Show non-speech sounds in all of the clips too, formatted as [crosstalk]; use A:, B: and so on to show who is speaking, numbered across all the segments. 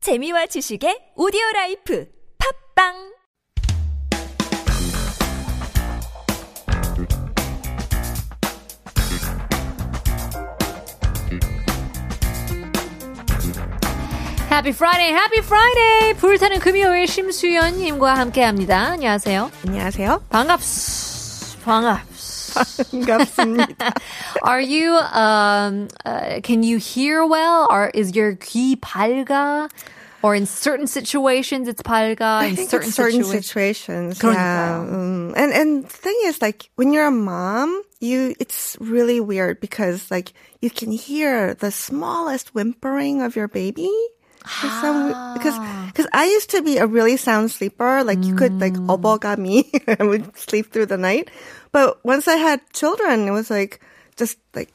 A: 재미와 지식의 오디오 라이프 팝빵
B: Happy Friday, Happy Friday! 불타는 금요일 심수연님과 함께합니다. 안녕하세요.
C: 안녕하세요.
B: 반갑스, 반갑스.
C: [laughs] 반갑습니다.
B: Are you? Um, uh, can you hear well? Or is your 귀 발가? Or in certain situations, it's 발가. In
C: I think
B: certain,
C: it's certain
B: situations,
C: situations. Yeah.
B: 그러니까요.
C: Um, and and the thing is, like when you're a mom, you it's really weird because like you can hear the smallest whimpering of your baby. For some, because because I used to be a really sound sleeper. Like you could like oboga me. [laughs] I would sleep through the night. But once I had children, it was like just like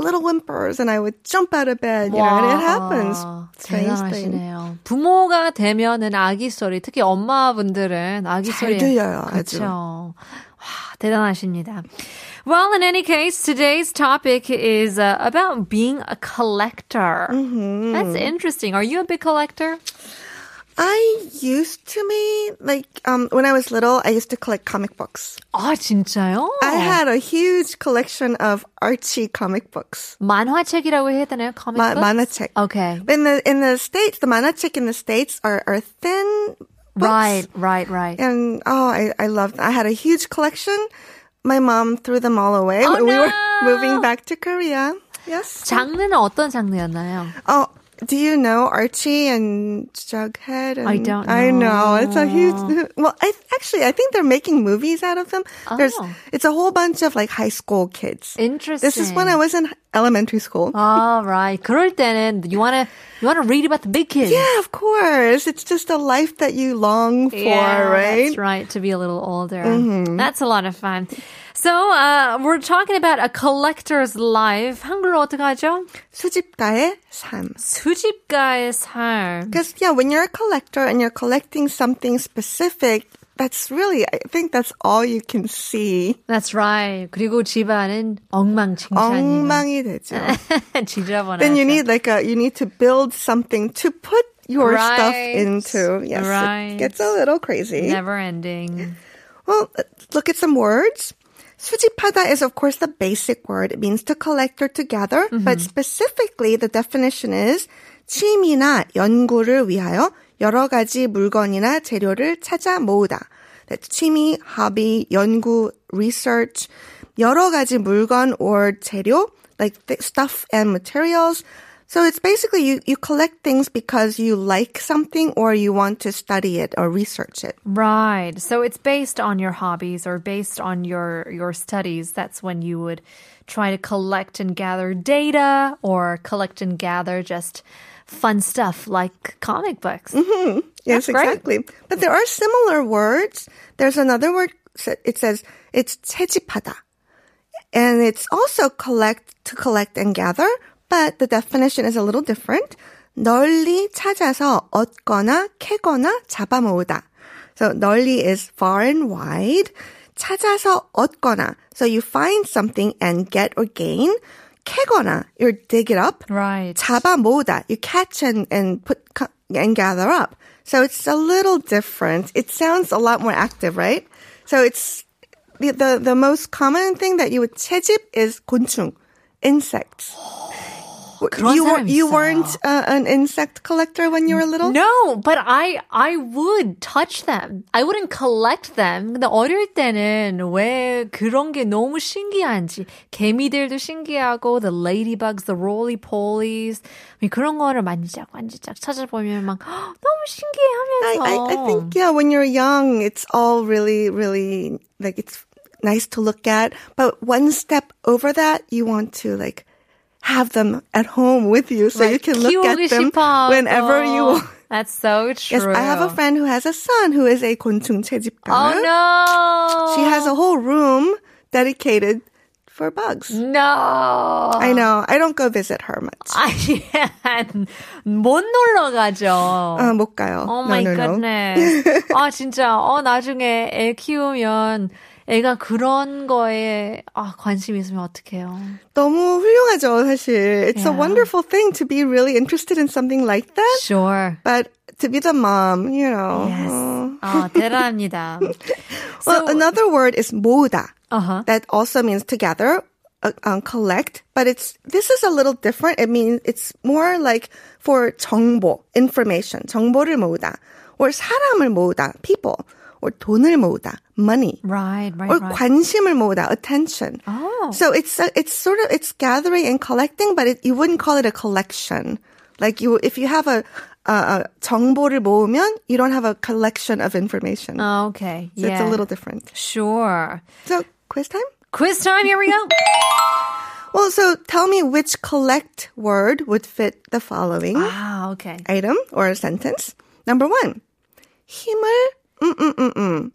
C: little whimpers, and I would jump out of bed. You know, and it happens. Strange thing.
B: 아, 대단하시네요. 부모가 되면은 아기 소리, 특히 엄마분들은 아기 소리
C: 들려요, 아주.
B: 그렇죠. 와, 대단하십니다. Well, in any case, today's topic is uh, about being a collector. That's interesting. Are you a big collector?
C: I used to me like um when I was little, I used to collect comic books.
B: 아, 진짜요?
C: I had a huge collection of Archie comic books.
B: 만화책이라고 해야 되나요? Comic
C: Ma-
B: book?
C: 만화책.
B: Okay.
C: But in the in the states, the manachik in the states are are thin books.
B: Right, right, right.
C: And oh, I I loved. I had a huge collection. My mom threw them all away
B: Oh,
C: when we were
B: no.
C: moving back to Korea. Yes.
B: 장르는 어떤 장르였나요?
C: Oh, do you know Archie and Jughead? And
B: I don't
C: I know it's a huge. Well, I actually I think they're making movies out of them. There's
B: Oh.
C: it's a whole bunch of like high school kids.
B: Interesting. Oh.
C: This is when I was in elementary school.
B: All right. 그럴 때는 you wanna you wanna read about the big kids.
C: Yeah, of course. It's just a life that you long for,
B: Yeah,
C: right? Mm-hmm.
B: That's right, to be a little older. That's a lot of fun. So, uh, we're talking about a collector's life. 한글로 어떻게 하죠?
C: 수집가의 삶.
B: 수집가의 삶.
C: Because yeah, when you're a collector and you're collecting something specific, that's really I think that's all you can see.
B: That's right. 그리고 집안은 엉망진창이에요.
C: 엉망이 되죠.
B: [laughs] 지저분하죠.
C: then you need like a you need to build something to put your stuff
B: Right.
C: into. Yes,
B: Right.
C: it gets a little crazy.
B: never ending.
C: Well, let's look at some words. 수집하다 is of course the basic word. It means to collect or to gather, but specifically the definition is 취미나 연구를 위하여 여러 가지 물건이나 재료를 찾아 모으다. That's 취미, hobby, 연구, research, 여러 가지 물건 or 재료, like th- stuff and materials. So it's basically you, you collect things because you like something or you want to study it or research it.
B: Right. So it's based on your hobbies or based on your your studies. That's when you would try to collect and gather data or collect and gather just fun stuff like comic books.
C: Yes,
B: That's great.
C: exactly. But there are similar words. There's another word. sa- It says it's 채집하다, and it's also collect to collect and gather. But the definition is a little different. 널리 찾아서 얻거나 캐거나 잡아모으다. So 널리 is far and wide. 찾아서 얻거나. So you find something and get or gain. 캐거나. You dig it up.
B: Right.
C: 잡아 모으다. You catch and, and put co- and gather up. So it's a little different. It sounds a lot more active, right? So it's the the, the most common thing that you would 채집 is 곤충, insects.
B: [gasps] 그런
C: you
B: 사람
C: you
B: 있어요.
C: weren't uh, an insect collector when you were little.
B: No, but I I would touch them. I wouldn't collect them. 근데 어릴 때는 왜 그런 게 너무 신기한지 개미들도 신기하고 the ladybugs, the roly-polies I mean, 그런 거를 만지작 만지작 찾아보면 막 "헉, 너무
C: I,
B: 신기해하면서
C: I, I think yeah, when you're young, it's all really really like it's nice to look at. But one step over that, you want to like have them at home with you, so you can look at
B: 키우기
C: them
B: 싶어하고.
C: whenever you. want.
B: That's so
C: Yes,
B: true.
C: I have a friend who has a son who is a 곤충 채집가.
B: Oh no.
C: She has a whole room dedicated for bugs.
B: No.
C: I know. I don't go visit her much.
B: [laughs] 아니, 못 놀러 가죠.
C: 어, 못 가요.
B: Oh
C: no,
B: my
C: [laughs] no, no.
B: goodness. 아, 진짜. 어, 나중에 애 키우면, 애 애가 그런 거에 아, 관심이 있으면 어떡해요.
C: 너무 훌륭하죠, 사실. It's a
B: Yeah.
C: wonderful thing to be really interested in something like that.
B: Sure.
C: But to be the mom, you know.
B: Yes.
C: 어.
B: 아, 대단합니다.
C: well, another word is 모으다.
B: uh-huh.
C: That also means together, uh, um, collect. But it's this is a little different. It means it's more like for 정보, information, 정보를 모으다, or 사람을 모으다, people, or 돈을 모으다, money,
B: Right, right,
C: or
B: right.
C: 관심을 모으다, attention.
B: Oh.
C: So it's a, it's sort of it's gathering and collecting, but it, you wouldn't call it a collection. Like you, if you have a, a, a 정보를 모으면 you don't have a collection of information.
B: Oh, okay.
C: so
B: yeah.
C: It's a little different.
B: Sure.
C: So quiz time.
B: Quiz time, here we
C: [laughs]
B: go.
C: Well, so tell me which collect word would fit the following [gasps]
B: Ah, okay.
C: item or sentence. Number one, 힘을 mm, mm-mm-mm-mm.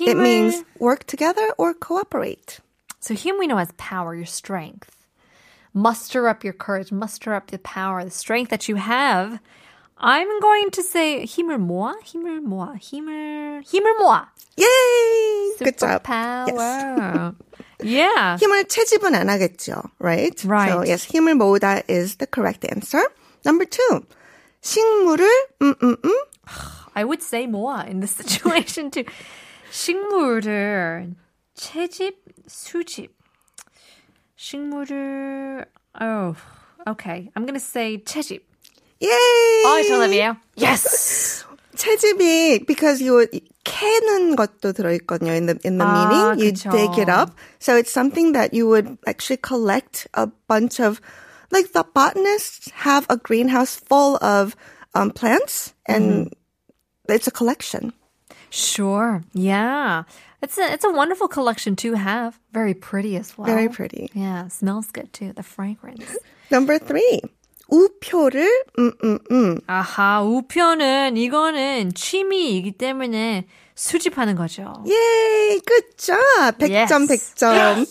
C: It
B: 힘을-
C: means work together or cooperate.
B: So him we know as power, your strength. Muster up your courage, muster up the power, the strength that you have. I'm going to say 힘을 모아, 힘을 모아, 힘을 힘을 모아.
C: Yay! Good job. Yes.
B: Superpower. yeah. [laughs]
C: 힘을 채집은 안 하겠죠, right?
B: Right.
C: So yes, 힘을 모으다 is the correct answer. Number two, 식물을 음, 음, 음.
B: I would say 모아 in this [laughs] situation too. 식물을 채집, 수집. 식물을 oh, okay. I'm going to say 채집.
C: Yay!
B: Oh, it's Olivia. Yes.
C: 채집이 because you would- 캐는 것도 들어있거든요. In the in the
B: 아,
C: meaning, you
B: 그쵸.
C: dig it up. So it's something that you would actually collect a bunch of, like the botanists have a greenhouse full of um, plants, and
B: Mm-hmm.
C: it's a collection.
B: Sure. Yeah. It's a it's a wonderful collection to have. Very pretty as well.
C: Very pretty.
B: Yeah, smells good too. The fragrance.
C: Number three, 우표를 음, 음, 음.
B: 아하, 우표는 이거는 취미이기 때문에 수집하는 거죠.
C: Yay! Good job. 100점,
B: Yes.
C: 100점.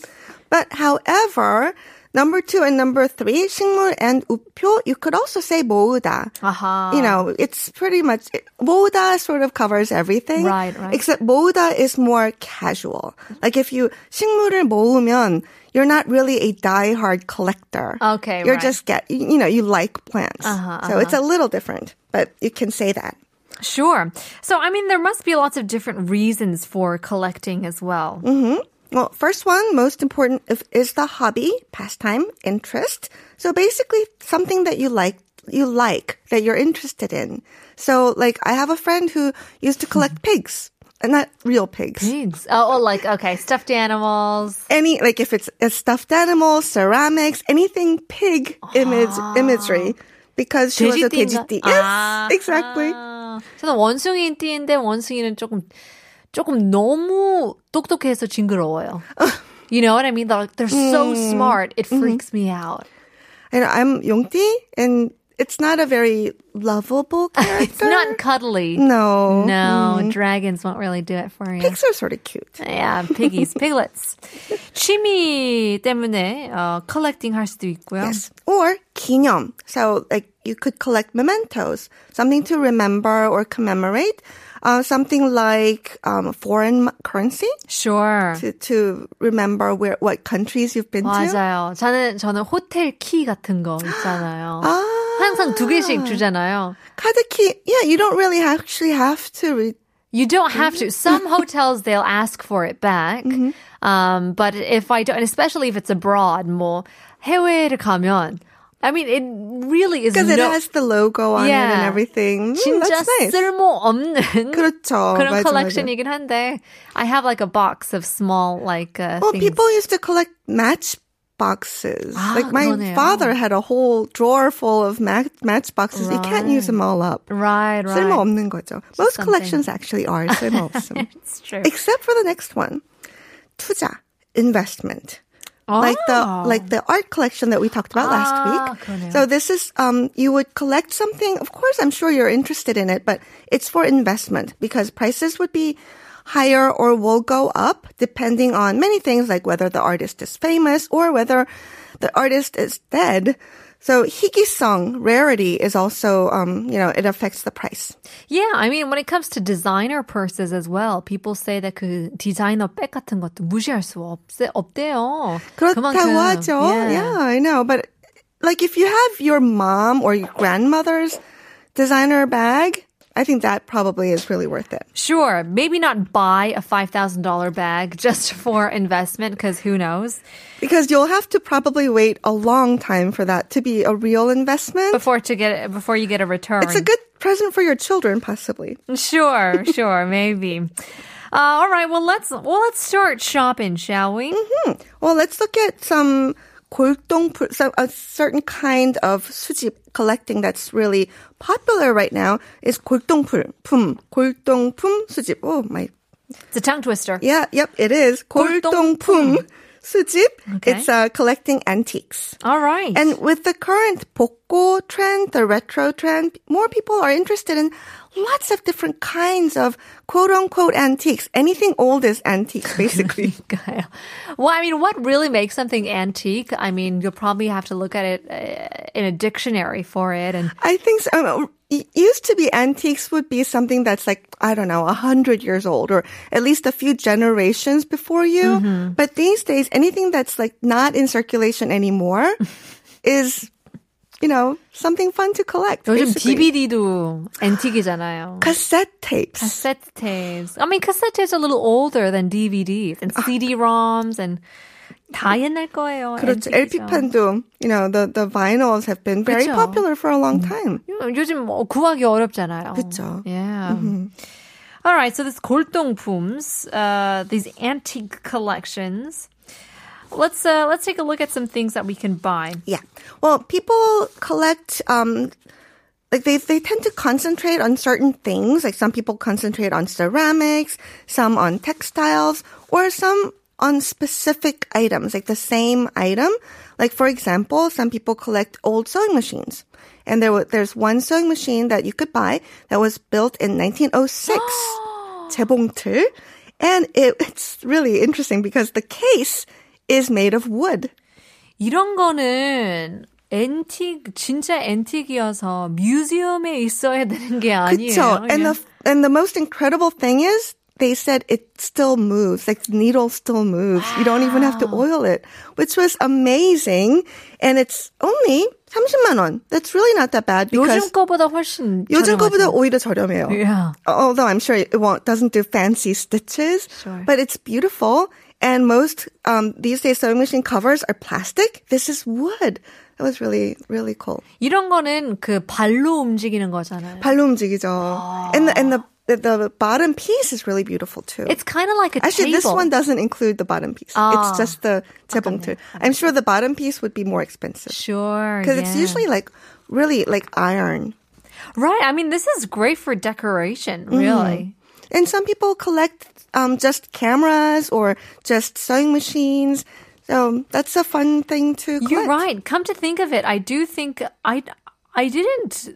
C: But however, number two and number three, 식물 and 우표, you could also say 모으다.
B: 아하.
C: You know, it's pretty much, 모으다 sort of covers everything.
B: Right, right.
C: Except 모으다 is more casual. Like if you, 식물을 모으면, you're not really a diehard collector.
B: Okay,
C: You're
B: right.
C: just get, you know, you like plants.
B: Uh-huh,
C: so it's a little different, but you can say that.
B: Sure. So I mean there must be lots of different reasons for collecting as well.
C: Mm-hmm. Well, first one, most important if- is the hobby, pastime, interest. So basically something that you like, you like, that you're interested in. So like I have a friend who used to
B: Hmm.
C: collect pigs, and not real pigs.
B: Pigs. Oh, oh, like okay, stuffed animals.
C: Any, like if it's a stuffed animal, ceramics, anything pig image,
B: Ah.
C: imagery. Because she was a
B: 돼지띠인가?
C: 돼지띠. Yes,
B: 아하.
C: exactly.
B: 저는 원숭이 띠인데 원숭이는 조금 조금 너무 똑똑해서
C: [laughs]
B: 징그러워요. You know what I mean? They're, like, they're so
C: Mm-hmm.
B: smart. It freaks me out.
C: And I'm Yongti, and it's not a very lovable character.
B: [laughs] It's not cuddly.
C: No. Mm-hmm.
B: No, dragons won't really do it for you.
C: Pigs are sort of cute.
B: Yeah,
C: [laughs]
B: piggies, piglets. 취미 때문에 어, collecting 할 수도 있고요.
C: Yes. Or 기념. So like you could collect mementos, something to remember or commemorate. Uh, something like um, foreign mo- currency
B: Sure.
C: to, to remember where what countries you've been to.
B: 맞아요. 저는 저는 호텔 키 같은 거 있잖아요.
C: Ah,
B: 항상 두 개씩 주잖아요.
C: 카드 키. Yeah, you don't really actually have to. Re-
B: You don't have to. Some hotels they'll ask for it back.
C: 음.
B: Um, but if I don't, and especially if it's abroad, 뭐 해외를 가면, I mean, it really is
C: because
B: no,
C: it has the logo on it and
B: Yeah.
C: everything. Mm,
B: 진짜
C: that's nice.
B: 쓸모 없는 [laughs]
C: 그렇죠.
B: 그런
C: 맞아, 맞아.
B: 컬렉션이긴 한데, I have like a box of small like uh,
C: Well,
B: things.
C: people used to collect match boxes.
B: Ah,
C: like my
B: 그러네요.
C: father had a whole drawer full of match, match boxes. You can't use them all up.
B: right, right.
C: 쓸모없는 거죠. Most
B: something.
C: collections actually are
B: [laughs]
C: 쓸모없음.
B: It's true.
C: Except for the next one. 투자, investment. Like the like the art collection that we talked about last
B: Ah,
C: week.
B: 그러네요.
C: So this is um you would collect something. Of course, I'm sure you're interested in it, but it's for investment because prices would be higher or will go up depending on many things like whether the artist is famous or whether the artist is dead. So higisong rarity is also, um, you know, it affects the price.
B: Yeah, I mean when it comes to designer purses as well, people say that 그 디자이너 백 같은 것도 무시할 수 없, 없대요.
C: 그렇다고 하죠. Yeah, I know. But like if you have your mom or your grandmother's designer bag, I think that probably is really worth it.
B: Sure, maybe not buy a $5,000 bag just [laughs] for investment because who knows
C: Because you'll have to probably wait a long time for that to be a real investment.
B: before to get before you get a return.
C: It's a good present for your children, possibly.
B: Sure, sure, maybe. Uh, all right, well let's well let's start shopping, shall we?
C: Mm-hmm. Well, let's look at some 골동품, so a certain kind of 수집 collecting that's really popular right now is 골동품, 품, 골동품 수집. Oh my,
B: It's a tongue twister.
C: yeah, yep, it is 골동품 수집.
B: Okay.
C: It's uh, collecting antiques.
B: All right.
C: And with the current 복고 trend, the retro trend, more people are interested in lots of different kinds of quote unquote antiques. Anything old is antiques, basically.
B: [laughs] Kyle. Well, I mean, what really makes something antique? I mean, you'll probably have to look at it uh, in a dictionary for it. And
C: I think so. Um, it used to be antiques would be something that's like, I don't know, a hundred years old or at least a few generations before you.
B: Mm-hmm.
C: But these days, anything that's like not in
B: [laughs]
C: circulation anymore is, you know, something fun to collect.
B: 요즘
C: basically.
B: DVD도 antique이잖아요.
C: Cassette tapes.
B: Cassette tapes. I mean, cassette tapes are a little older than DVDs and
C: Ah.
B: CD-ROMs and 다 옛날 거예요.
C: 그렇죠.
B: antique이죠.
C: LP판도, you know, the, the vinyls have been very
B: 그쵸. Mm.
C: popular for a long time.
B: 요- 요즘 뭐 구하기 어렵잖아요.
C: 그쵸.
B: Yeah. All right. So this 골동품's uh, these antique collections. Let's uh, let's take a look at some things that we can buy.
C: Yeah. Well, people collect, um, like they, they tend to concentrate on certain things. Like some people concentrate on ceramics, some on textiles, or some on specific items, like the same item. Like, for example, some people collect old sewing machines. And there, wa- there's one sewing machine that you could buy that was built in 1906. 재봉틀. And it, it's really interesting because the case is made of wood.
B: 이런 거는 앤틱 진짜 앤틱이어서 뮤지엄에 있어야 되는 게 아니에요.
C: 그쵸. And the and the most incredible thing is they said it still moves. Like the needle still moves. You don't even have to oil it, which was amazing. And it's only 30만 원. That's really not that bad
B: 요즘
C: because
B: 거보다 훨씬
C: 요즘 거보다
B: 저렴하죠.
C: 오히려 저렴해요.
B: Yeah.
C: Although I'm sure it won't, doesn't do fancy stitches,
B: Sure.
C: but it's beautiful. And most um, these days sewing machine covers are plastic. This is wood. That was really really cool.
B: 이런 거는 그 발로 움직이는 거잖아요.
C: 발로 움직이죠. And the, and the, the the bottom piece is really beautiful too.
B: It's kind of like a
C: Actually,
B: table.
C: this one doesn't include the bottom piece.
B: Ah.
C: It's just the 재봉틀. I'm sure the bottom piece would be more expensive
B: Sure.
C: because it's
B: yeah.
C: usually like really like iron.
B: Right. I mean, this is great for decoration,
C: Mm-hmm.
B: really.
C: And some people collect um, just cameras or just sewing machines. So that's a fun thing to collect.
B: You're right. Come to think of it, I do think I I didn't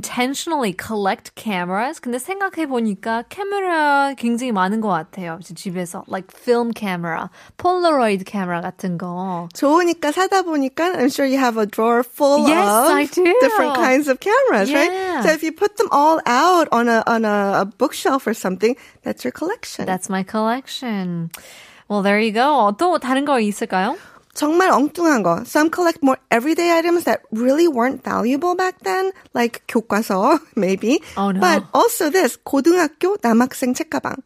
B: intentionally collect cameras. 근데 생각해 보니까 카메라 굉장히 많은 것 같아요. 제 집에서 like film camera, Polaroid camera 같은 거.
C: 좋으니까 사다 보니까 I'm sure you have a drawer full
B: Yes,
C: of
B: I do.
C: different kinds of cameras,
B: Yeah.
C: right? So if you put them all out on a on a, a bookshelf or something, that's your collection.
B: That's my collection. Well, there you go. 또 다른 거 있을까요?
C: 정말 엉뚱한 거. Some collect more everyday items that really weren't valuable back then, like 교과서 [laughs] maybe.
B: Oh, no.
C: But also this 고등학교 남학생 책가방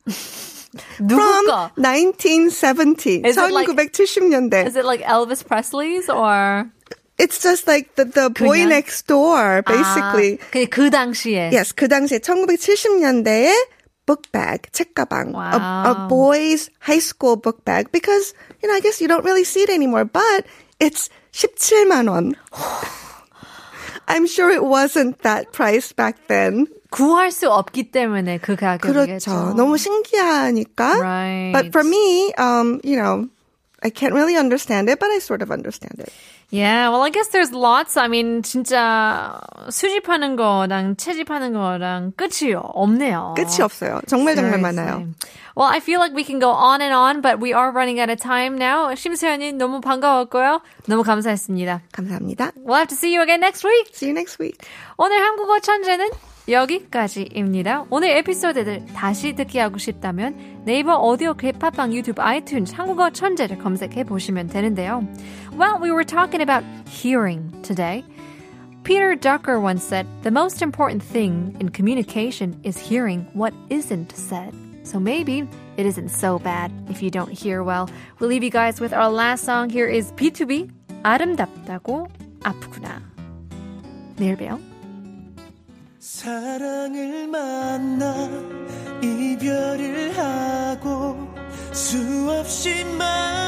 B: 누구
C: from
B: 거?
C: 1970,
B: Is it like-
C: 1970년대.
B: Is it like Elvis Presley's or
C: It's just like the, the boy
B: 그냥-
C: next door, basically.
B: 아, 그- 그 당시에
C: Yes, 그 당시에 1970년대의 book bag, 책가방, a,
B: Wow.
C: a boy's high school book bag, because, you know, I guess you don't really see it anymore, but it's 17만 원. [sighs] I'm sure it wasn't that price back then.
B: 구할 수 없기 때문에 그 가격이겠죠.
C: 그렇죠. 너무 신기하니까.
B: Right.
C: But for me, um, you know, I can't really understand it, but I sort of understand it.
B: Yeah, well, I guess there's lots. I mean, 진짜 수집하는 거랑 채집하는 거랑 끝이 없네요.
C: 끝이 없어요. 정말 정말 많아요.
B: Well, I feel like we can go on and on, but we are running out of time now. 심세현님 너무 반가웠고요. 너무 감사했습니다.
C: 감사합니다.
B: We'll have to see you again next week.
C: See you next week.
B: 오늘 한국어 천재는 여기까지입니다. 오늘 에피소드들 다시 듣기 하고 싶다면 네이버 오디오 팟빵 유튜브 아이튠즈 한국어 천재를 검색해 보시면 되는데요. Well, we were talking about hearing today. Peter Drucker once said, "The most important thing in communication is hearing what isn't said." So maybe it isn't so bad if you don't hear well. We'll leave you guys with our last song. Here is B2B 아름답다고 아프구나. 내일 봬요.
D: 사랑을 만나 이별을 하고 수없이 많은